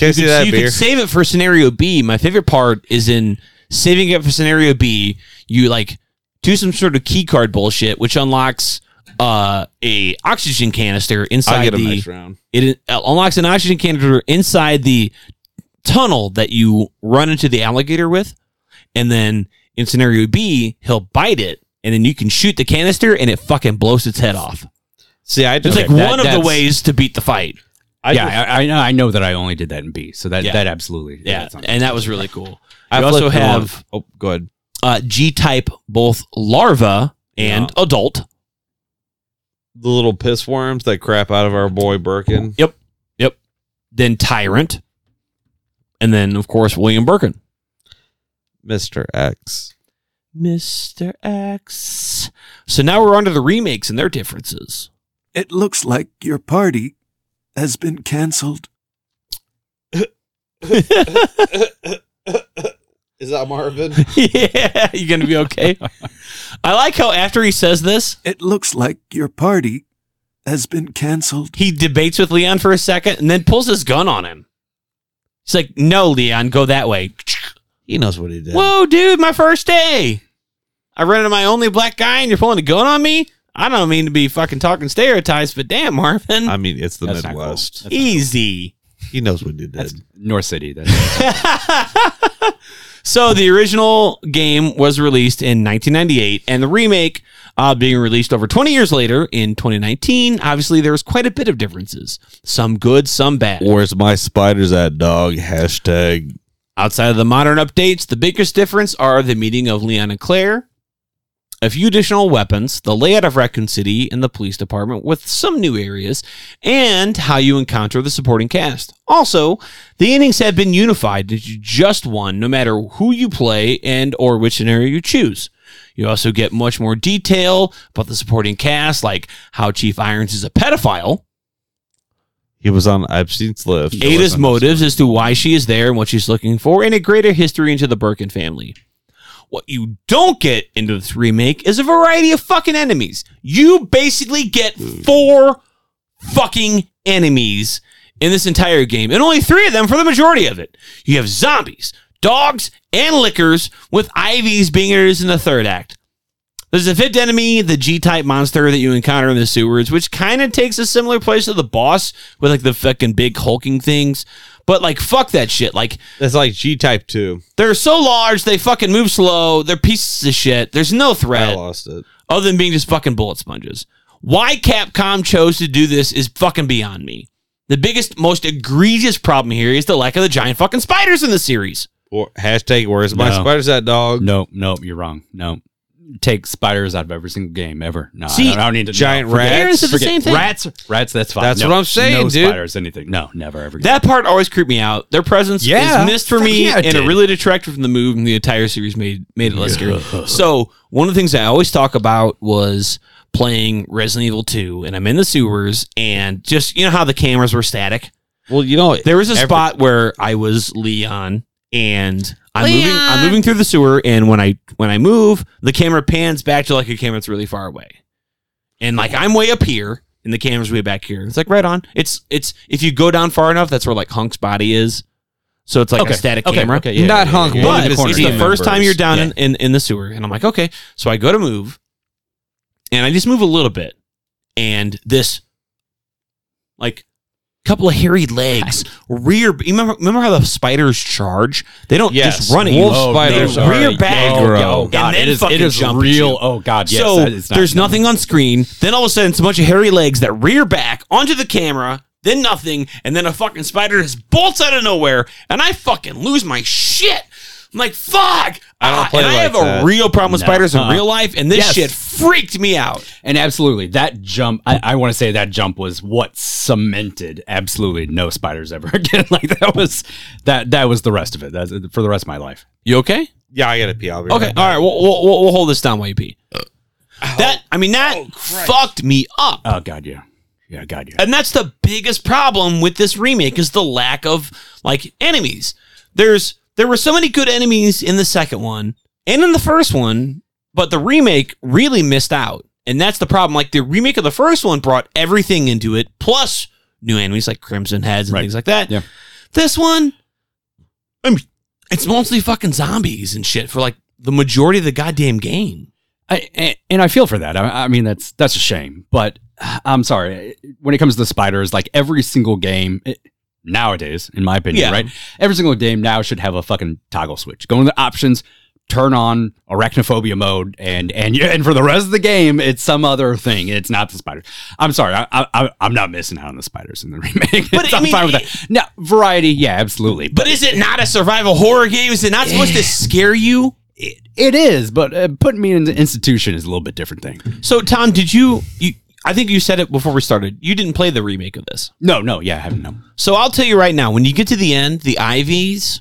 I see So that you beer? can save it for scenario B. My favorite part is in saving it for scenario B. You like do some sort of key card bullshit, which unlocks uh, a oxygen canister I'll inside get the him next round. it uh, unlocks an oxygen canister inside the tunnel that you run into the alligator with, and then in scenario B, he'll bite it, and then you can shoot the canister, and it fucking blows its head off. See, I It's just like that- one of the that's- ways to beat the fight. I yeah, just- I, I know. I know that I only did that in B, so that Yeah. that absolutely. Yeah, that's not- and that was really cool. I You also flipped it have- on- Oh, go ahead. uh, G type both larva and adult. The little piss worms that crap out of our boy Birkin. Yep. Yep. Then tyrant. And then, of course, William Birkin. Mr. X. Mr. X. So now we're on to the remakes and their differences. <laughs> It looks like your party has been canceled. Is that Marvin? yeah. You going to be okay? I like how after he says this, It looks like your party has been canceled. he debates with Leon for a second and then pulls his gun on him. He's like, no, Leon, go that way. he knows what he did. Whoa, dude, my first day. I ran into my only black guy and you're pulling a gun on me? I don't mean to be fucking talking stereotypes, but damn, Marvin. I mean, it's the That's not cool. Midwest. <laughs> easy. He knows what he did. that's North City. That's, so the original game was released in 1998 and the remake uh, being released over 20 years later in 2019 obviously there was quite a bit of differences some good some bad Where's my spiders at, dog? Hashtag. Outside of the modern updates, the biggest difference are the meeting of Leon and Claire, a few additional weapons, the layout of Raccoon City and the police department with some new areas, and how you encounter the supporting cast. Also, the endings have been unified into just one no matter who you play and or which scenario you choose. You also get much more detail about the supporting cast, like how Chief Irons is a pedophile, He was on Epstein's lift. Ada's motives as to why she is there and what she's looking for, and a greater history into the Birkin family. What you don't get into this remake is a variety of fucking enemies. You basically get four fucking enemies in this entire game, and only three of them for the majority of it. You have zombies, dogs, and liquors, with Ivy's being introduced in the third act. There's a fifth enemy, the G-type monster that you encounter in the sewers, which kind of takes a similar place to the boss with like the fucking big hulking things. But like, fuck that shit. Like, That's like G Type 2. they're so large, they fucking move slow. They're pieces of shit. There's no I threat lost it. other than being just fucking bullet sponges. Why Capcom chose to do this is fucking beyond me. The biggest, most egregious problem here is the lack of the giant fucking spiders in the series. Or, hashtag, where's my No. spiders at, dog? no, no, you're wrong. No, take spiders out of every single game ever. No, I See, don't- I, don't need to. giant no, forget- Parents did the forget- same thing. Rats, rats. That's fine. That's No, what I'm saying, no dude. Spiders, anything? No, never ever. again. That part always creeped me out. Their presence Yeah. is missed for Fuck me, yeah, it and it did. really detracted from the move. And the entire series made made it less scary. So one of the things I always talk about was playing Resident Evil Two, and I'm in the sewers, and just you know how the cameras were static. Well, you know, There was a Every- spot where I was Leon, and I'm moving. I'm moving through the sewer, and when I when I move, the camera pans back to like a camera that's really far away, and like I'm way up here, and the camera's way back here. It's like right on. It's it's if you go down far enough, that's where like Hunk's body is. So it's like a Okay, static okay, camera. okay, yeah, Not yeah, hunk, yeah, yeah, one But of his it's the team first time members. you're down Yeah. in, in, in the sewer. And I'm like, okay. So I go to move and I just move a little bit. And this, like, couple of hairy legs, rear. You remember, remember how the spiders charge? They don't Yes. just run at Wolf you. spiders they are rear back. aggro. yo, God, and then it is, fucking it is jump at you. real. Oh God, yes. so that is not- there's no. nothing on screen. Then all of a sudden, it's a bunch of hairy legs that rear back onto the camera. Then nothing, and then a fucking spider just bolts out of nowhere, and I fucking lose my shit. I'm like, fuck! I don't Ah, play and I like have that. a real problem with No. spiders in Uh-uh. real life, and this Yes. shit freaked me out. And absolutely, that jump, I, I want to say that jump was what cemented absolutely no spiders ever <laughs> again. like that was, that, that was the rest of it. That's for the rest of my life. You okay? Yeah, I gotta pee. I'll be Okay. right All right. We'll, we'll, we'll- we'll hold this down while you pee. That I mean that fucked me up, Oh God. Yeah. Yeah. God. Yeah. and that's the biggest problem with this remake is the lack of like enemies. There's there were so many good enemies in the second one and in the first one, but the remake really missed out, and that's the problem. Like the remake of the first one brought everything into it, plus new enemies like Crimson Heads and Right. things like that. Yeah. This one, I mean, it's mostly fucking zombies and shit for like the majority of the goddamn game. I, and, and I feel for that. I, I mean, that's that's a shame. But uh, I'm sorry. When it comes to the spiders, like every single game it, nowadays, in my opinion, Yeah. right? Every single game now should have a fucking toggle switch. Go into the options, turn on arachnophobia mode, and and <laughs> yeah, and for the rest of the game, it's some other thing. It's not the spiders. I'm sorry. I, I, I- I'm not missing out on the spiders in the <laughs> remake. But It's- I I'm mean, fine with that. No variety. Yeah, absolutely. But is it not a survival horror game? Is it not supposed to scare you? it, it is. But uh, putting me in the institution is a little bit different thing. So, Tom, did you? you I think you said it before we started. You didn't play the remake of this. No, no. Yeah, I haven't. No. So I'll tell you right now. When you get to the end, the ivies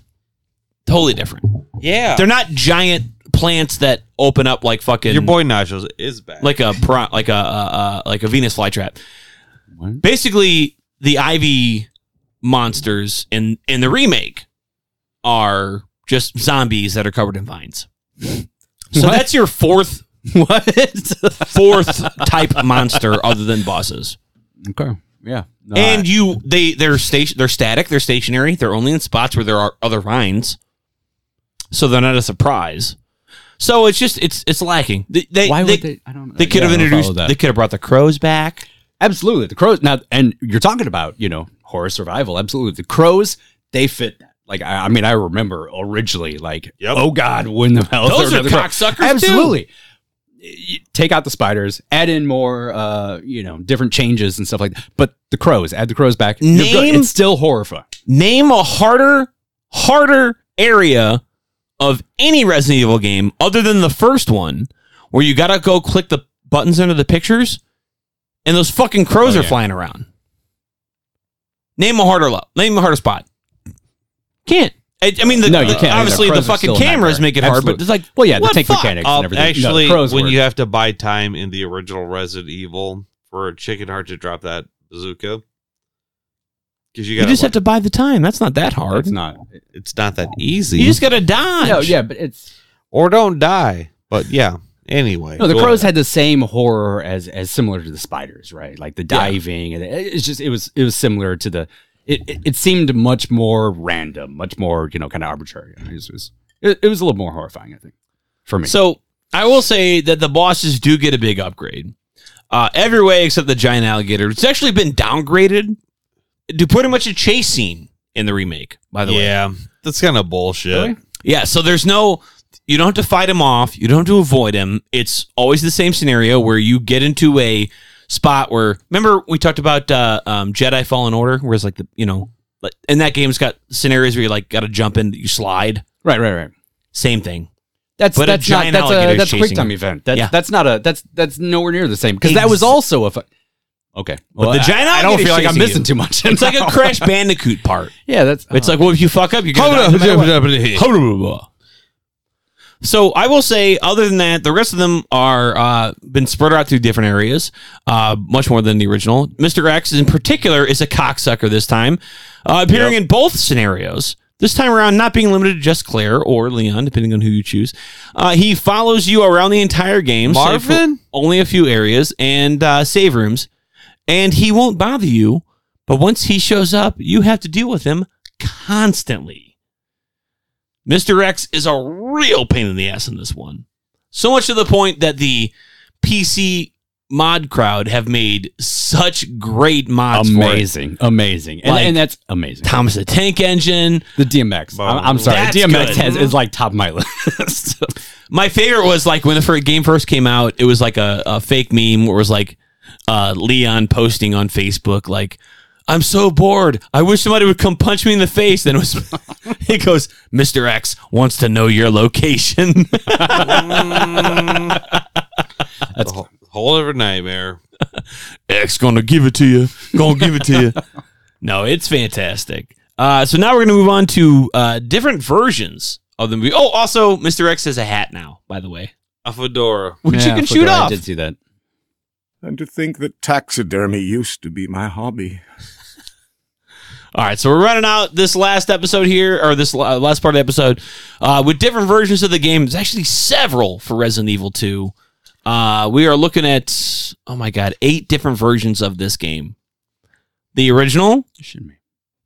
totally different. back. Yeah. They're not giant plants that open up like fucking Your boy Nachos is back. like a pro, like a uh, uh, like a Venus flytrap. What? Basically, the ivy monsters in in the remake are just zombies that are covered in <laughs> vines. So What? that's your fourth <laughs> What? fourth type monster other than bosses. okay. Yeah. No, and you they they're station they're static, they're stationary, they're only in spots where there are other vines. So they're not a surprise. So it's just it's it's lacking. They, they, I- why they, would they? I don't. they could yeah, have I don't follow introduced that. they could have brought the crows back. absolutely the crows. Now, and you're talking about you know horror survival. Absolutely, the crows they fit. that. Like I, I mean, I remember originally like, Yep. oh God, when the hell is Those there are another crow? cocksuckers too. Absolutely. You Take out the spiders, add in more, uh, you know, different changes and stuff like that. But the crows, add the crows back. You're good. Name- It's still horrifying. Name a harder harder area of any Resident Evil game other than the first one where you got to go click the buttons under the pictures and those fucking crows Oh, are yeah. flying around. Name a harder lo- name a harder spot. Can't. I, I mean, the, No, you the- can't. obviously The the crows are fucking still a cameras nightmare. make it hard, but Absolutely. it's like Well, yeah, the What tank fuck? mechanics Uh, and everything. No, the actually, crows when were- you have to buy time in the original Resident Evil for a chicken heart to drop that bazooka, because you you got just have to buy the time. That's not that hard. it's not. It's not that easy. You just got to dodge. No, yeah, but it's or don't die. But yeah. Anyway, No, the go crows ahead. had the same horror as as similar to the spiders, right? Like the diving, and it- it's just it was it was similar to the. It, it, it seemed much more random, much more you know kind of arbitrary. It was, it was it, it was a little more horrifying, I think, for me. So I will say that the bosses do get a big upgrade. Uh, every way except the giant alligator. It's actually been downgraded to pretty much a chase scene in the remake, by the way. Yeah, that's kind of bullshit. <laughs> Really? Yeah, so there's no you don't have to fight him off, you don't have to avoid him. It's always the same scenario where you get into a spot where remember we talked about uh, um, Jedi Fallen Order, where it's like the you know like in that game's got scenarios where you like gotta jump in, you slide. right, right, right. Same thing. That's But a that's not giant that's a alligator's that's a chasing quick time you. event. That's Yeah. that's not a that's that's nowhere near the same because that was Ex- also a. Fu- okay, well, the I- giant I, don't alligator's feel like I'm chasing you. missing too much. It's <laughs> like a Crash Bandicoot part. yeah, that's It's oh. like, well, if you fuck up, you're gonna Hold die no up, matter what. Japanese. So I will say, other than that, the rest of them are uh, been spread out through different areas, uh, much more than the original. Mister X, in particular, is a cocksucker this time, uh, appearing in both scenarios. This time around, not being limited to just Claire or Leon, depending on who you choose. Uh, he follows you around the entire game, save for Marvin? only a few areas and uh, save rooms, and he won't bother you. But once he shows up, you have to deal with him constantly. Mr. X is a real pain in the ass in this one. So much to the point that the PC mod crowd have made such great mods for uh, amazing, amazing, and, Like- and that's it. amazing. Thomas the Tank Engine. The DMX. Well, I'm, I'm sorry. that's DMX good. has, is like top of my <laughs> list. My favorite was like when the first game first came out, it was like a, a fake meme where it was like uh, Leon posting on Facebook, like, I'm so bored. I wish somebody would come punch me in the face. Then it was, <laughs> he goes, Mr. X wants to know your location. <laughs> That's a whole, whole other nightmare. X gonna give it to you. Gonna give it to you. No, it's fantastic. Uh, so now we're gonna move on to uh, different versions of the movie. Oh, also, Mr. X has a hat now, by the way, A fedora. which you Yeah, can for shoot sure. I off. did see that. And to think that taxidermy used to be my hobby. All right, so we're running out this last episode here, or this la- last part of the episode, uh, with different versions of the game. There's actually several for Resident Evil 2. Uh, we are looking at, oh my God, eight different versions of this game. The original, You shouldn't be.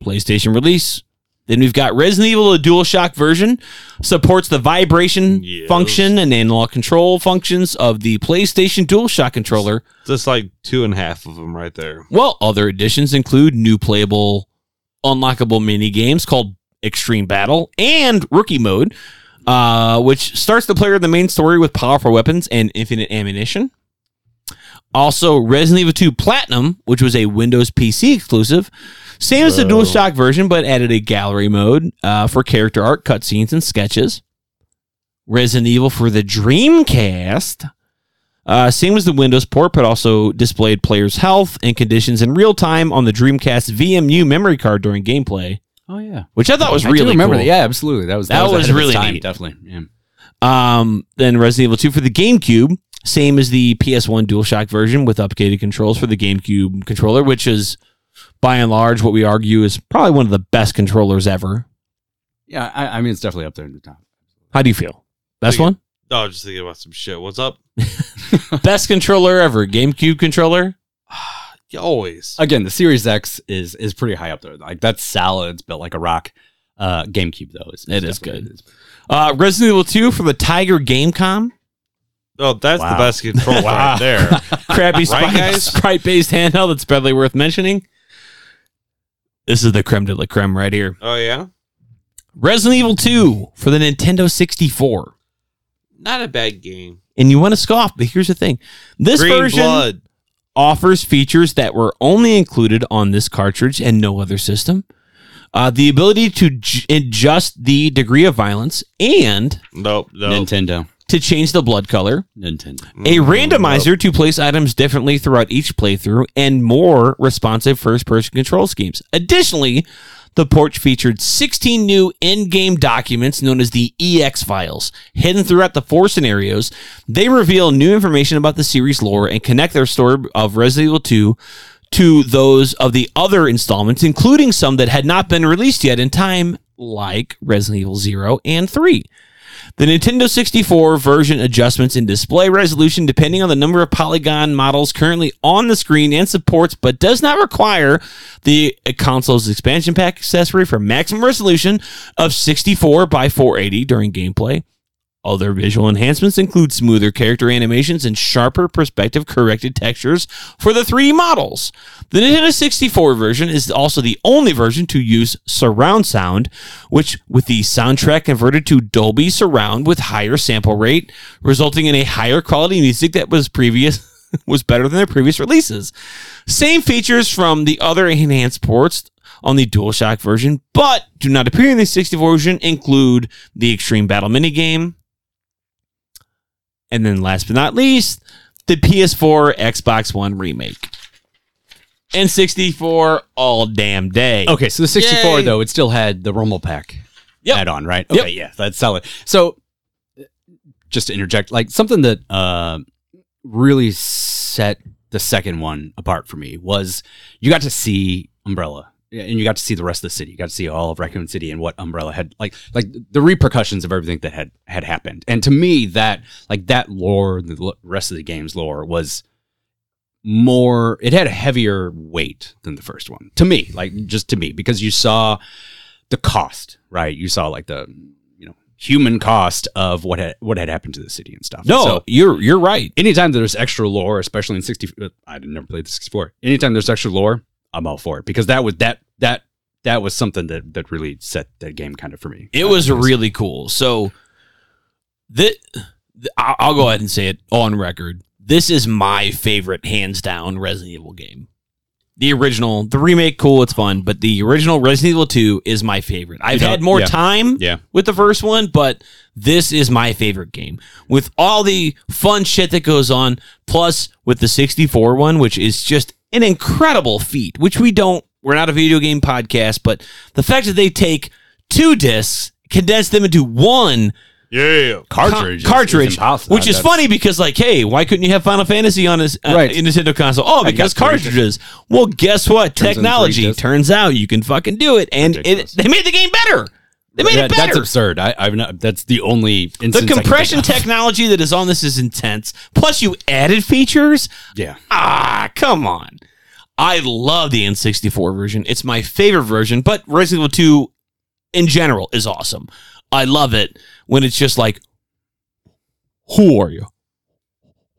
PlayStation release. Then we've got Resident Evil, a DualShock version, supports the vibration Yes. function and analog control functions of the PlayStation DualShock controller. That's like two and a half of them right there. Well, other additions include new playable, unlockable mini games called Extreme Battle and Rookie Mode, uh, which starts the player in the main story with powerful weapons and infinite ammunition. Also, Resident Evil 2 Platinum, which was a Windows PC exclusive, same as the Whoa. DualShock version, but added a gallery mode uh, for character art, cutscenes, and sketches. Resident Evil for the Dreamcast, uh, same as the Windows port, but also displayed players' health and conditions in real time on the Dreamcast VMU memory card during gameplay, Oh yeah, which I thought was I do really remember cool. that. Yeah, absolutely. That was That was ahead of its really time, neat. Definitely. Yeah. Um, then Resident Evil 2 for the GameCube, same as the PS1 DualShock version with updated controls for the GameCube controller, which is by and large what we argue is probably one of the best controllers ever. Yeah, I, I mean it's definitely up there in the top. How do you feel? Best Pretty one? Oh, I was just thinking about some shit. What's up? <laughs> Best controller ever. GameCube controller. You always. Again, the Series X is is pretty high up there. Like that's solid. It's built like a rock. Uh, GameCube though is, It is definitely- good. Uh, Resident Evil 2 for the Tiger Gamecom. Oh, that's Wow. the best control right there. Crappy <laughs> Right, guys? sprite based handheld that's barely worth mentioning. This is the creme de la creme right here. Oh yeah, Resident Evil 2 for the Nintendo 64. not a bad game. and you want to scoff, but here's the thing: this Green version blood. offers features that were only included on this cartridge and no other system. Uh, the ability to j- adjust the degree of violence and Nope. Nope. Nintendo. to change the blood color, Nintendo. a randomizer to place items differently throughout each playthrough, and more responsive first person control schemes. Additionally, the porch featured 16 new in game documents known as the EX files. Hidden throughout the four scenarios, they reveal new information about the series lore and connect their story of Resident Evil 2 to those of the other installments, including some that had not been released yet in time, like Resident Evil 0 and 3. The Nintendo 64 version adjustments in display resolution depending on the number of polygon models currently on the screen and supports, but does not require the console's expansion pack accessory for maximum resolution of 64 by 480 during gameplay. Other visual enhancements include smoother character animations and sharper perspective corrected textures for the three models. The Nintendo 64 version is also the only version to use surround sound, which, with the soundtrack converted to Dolby surround with higher sample rate, resulting in a higher quality music that was previous. Was better than their previous releases. Same features from the other enhanced ports on the DualShock version, but do not appear in the 64 version, include the Extreme Battle minigame, and then last but not least, the PS4 Xbox One remake. And 64 all damn day. Okay, so the 64 Yay. though, it still had the Rumble Pack Yep. add on, right? Yep. Okay, yeah, that's solid. So uh, just to interject, like something that uh, really set the second one apart for me was you got to see Umbrella. yeah, And you got to see the rest of the city. You got to see all of Raccoon City and what Umbrella had like, like the repercussions of everything that had had happened. And to me, that like that lore, the lo- rest of the game's lore was more it had a heavier weight than the first one to me like just to me because you saw the cost right you saw like the you know human cost of what had what had happened to the city and stuff No, So, you're you're right. anytime there's extra lore especially in 60 i didn't never play the 64 anytime there's extra lore i'm all for it because that was that that that was something that that really set that game kind of for me It was really cool. So that I'll I'll go ahead and say it on record. This is my favorite hands down Resident Evil game. the original, the remake, cool, it's fun, but the original Resident Evil 2 is my favorite. I've don't- had more yeah. time Yeah. with the first one, but this is my favorite game with all the fun shit that goes on, plus with the 64 one, which is just an incredible feat, which we don't, we're not a video game podcast, but the fact that they take two discs, condense them into one Yeah. Cartridge. Ca- cartridge, which is funny because like, hey, why couldn't you have Final Fantasy on this uh, Right. in Nintendo console? Oh, because got three cartridges. Well, guess what? Turns into three Technology discs. turns out you can fucking do it, and it, Ridiculous. they made the game better. They made it That's better. absurd. I, I've not. That's the only instance. I The can think compression of. technology that is on this is intense. Plus, you added features. Yeah. <laughs> Ah, come on. I love the N64 version. It's my favorite version, but Resident Evil 2 in general is awesome. I love it when it's just like, who are you?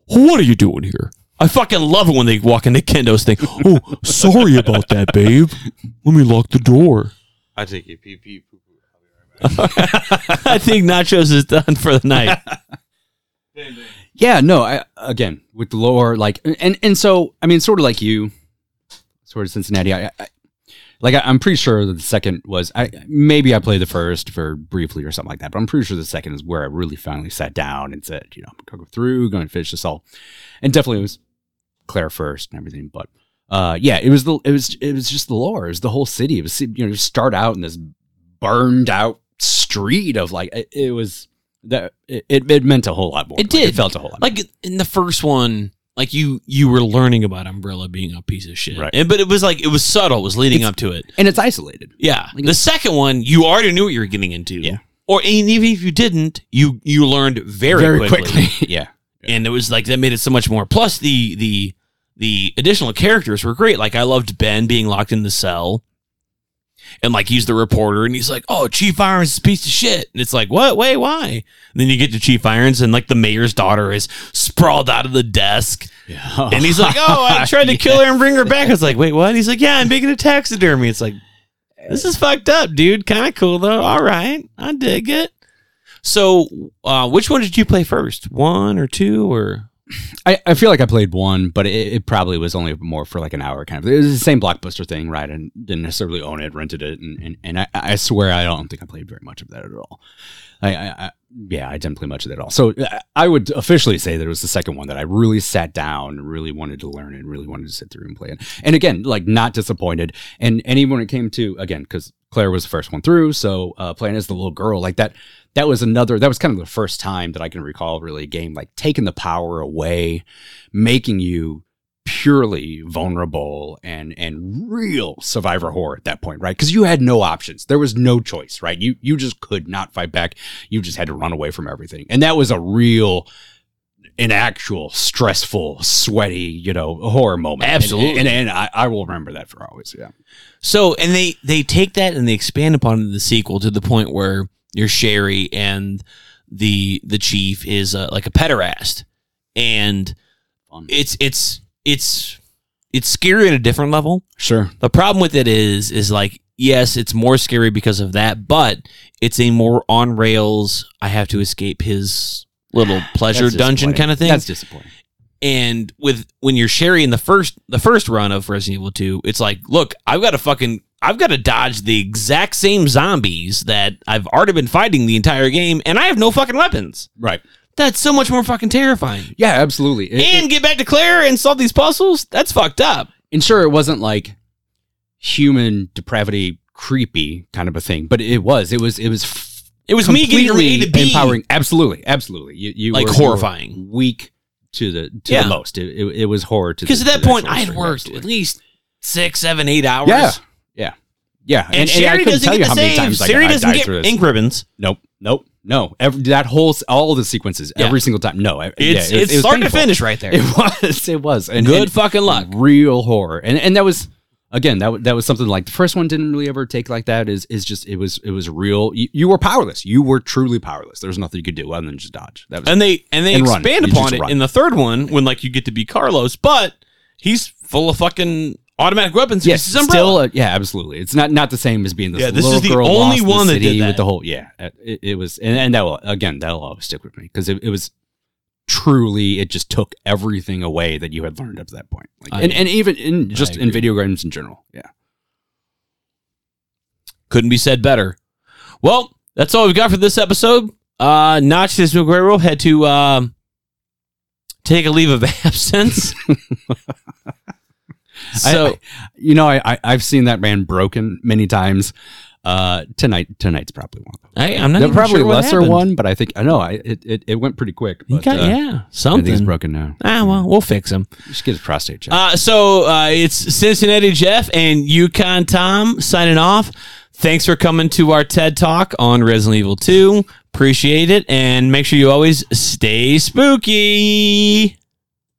What are you doing here? I fucking love it when they walk into Kendo's <laughs> thing. Oh, sorry about that, babe. Let me lock the <laughs> door. I take you pee pee poo poo. I think Nachos is done for the night. Yeah, no, I again with the lore, like, and and so I mean, sort of like you, sort of Cincinnati. I, I like I, I'm pretty sure that the second was I maybe I played the first for briefly or something like that, but I'm pretty sure the second is where I really finally sat down and said, you know, I'm gonna go through, going to finish this all, and definitely it was Claire first and everything, but. Uh, yeah, it was the it was it was just the lore. It was the whole city. It was you know you start out in this burned out street of like it, it was that it, it it meant a whole lot more. It Like, did. it felt a whole lot. like in the first one like you you were learning about umbrella being a piece of shit Right. and, but it was like it was subtle it was leading It's- up to it and it's isolated. yeah like the it's- second one you already knew what you were getting into Yeah. or and even if you didn't you you learned very, quickly, <laughs> yeah. and it was like that made it so much more plus the the the additional characters were great like i loved ben being locked in the cell and like he's the reporter and he's like oh chief irons is a piece of shit and it's like what wait why and then you get to chief irons and like the mayor's daughter is sprawled out of the desk <laughs> yeah. <laughs> and he's like, "Oh, I tried to kill her and bring her back." I was like, "Wait, what?" He's like, "Yeah, I'm making a taxidermy." It's like, this is fucked up, dude. Kind of cool though. All right, I dig it. So, uh, which one did you play first? One or two or? I, I feel like I played one, but it, it probably was only more for like an hour kind of. It was the same blockbuster thing, right? And didn't necessarily own it, rented it, and and, and I, I swear I don't think I played very much of that at all. I, I, I yeah, I didn't play much of that at all. So I- I would officially say that it was the second one that I really sat down, and really wanted to learn, and really wanted to sit through and play it. And again, like not disappointed. And and even when it came to again, because Claire was the first one through, so uh, playing as the little girl like that. That was another. That was kind of the first time that I can recall really a game like taking the power away making you purely vulnerable and and real survivor horror at that point right because you had no options there was no choice right you you just could not fight back you just had to run away from everything and that was a real an actual stressful sweaty you know horror moment And- Absolutely. and and, I, I will remember that for always yeah So, and they they take that and they expand upon it in the sequel to the point where you're Sherry and the the chief is uh, like a pederast, and Fun. it's it's it's it's scary at a different level. sure The problem with it is, is like, yes, it's more scary because of that, but it's a more on rails. I have to escape his <sighs> little pleasure That's dungeon disappointing. kind of thing. that's disappointing and with when you're Sherry in the first the first run of Resident Evil Two, it's like, look, I've got to fucking I've got to dodge the exact same zombies that I've already been fighting the entire game, and I have no fucking weapons. right That's so much more fucking terrifying. yeah absolutely It- and get back to Claire and solve these puzzles. That's fucked up. and sure it wasn't like human depravity creepy kind of a thing but it was it was it was f- It was me getting from A completely to B. empowering absolutely absolutely you, you Like were- horrifying. you were weak to the to Yeah. the most it, it, it was horror to because the- at to that the point actual I had story, worked at absolutely. least six, seven, eight hours. yeah yeah yeah and, Sherry couldn't doesn't get the same. I- Sherry I doesn't died get through this. ink ribbons. nope nope no every, that whole s- all the sequences Yeah. every single time no I- yeah, It's it was- it's it was start to painful. finish right there. It <laughs> was. It was. And Good and fucking luck. Real horror. And and that was again that wa- that was something like the first one didn't really ever take like that. Is is just it was it was real. You, you were powerless. You were truly powerless. There was nothing you could do other than just dodge. That <laughs> was and they and they And run. expand You upon just it run. in the third one when like you get to be Carlos, but he's full of fucking automatic weapons. yes, Yes, still a, yeah, absolutely. It's not not the same as being this. Yeah, this little is the girl only lost in one the that did city that. with the whole yeah. It, it was and, and that will again that'll always stick with me because it, it was truly it just took everything away that you had learned up to that point. Like, I- and, and even in just in agree. video games in general. Yeah. Couldn't be said better. Well, that's all we've got for this episode. Uh, Notch this Guerrero had to um, take a leave of <laughs> absence. so I- I- <laughs> you know, I, I I've seen that man broken many times. Uh, tonight tonight's probably one. of them. I, am not They're even probably sure what lesser happened. one, but I think I know I it, it, it went pretty quick. He But, got- uh, yeah, I think he's something. broken now. Ah, well, we'll fix him. Just get his prostate check. Uh, so uh, it's Cincinnati Jeff and Yukon Tom signing off. Thanks for coming to our TED Talk on Resident Evil 2. Appreciate it. And make sure you always stay spooky.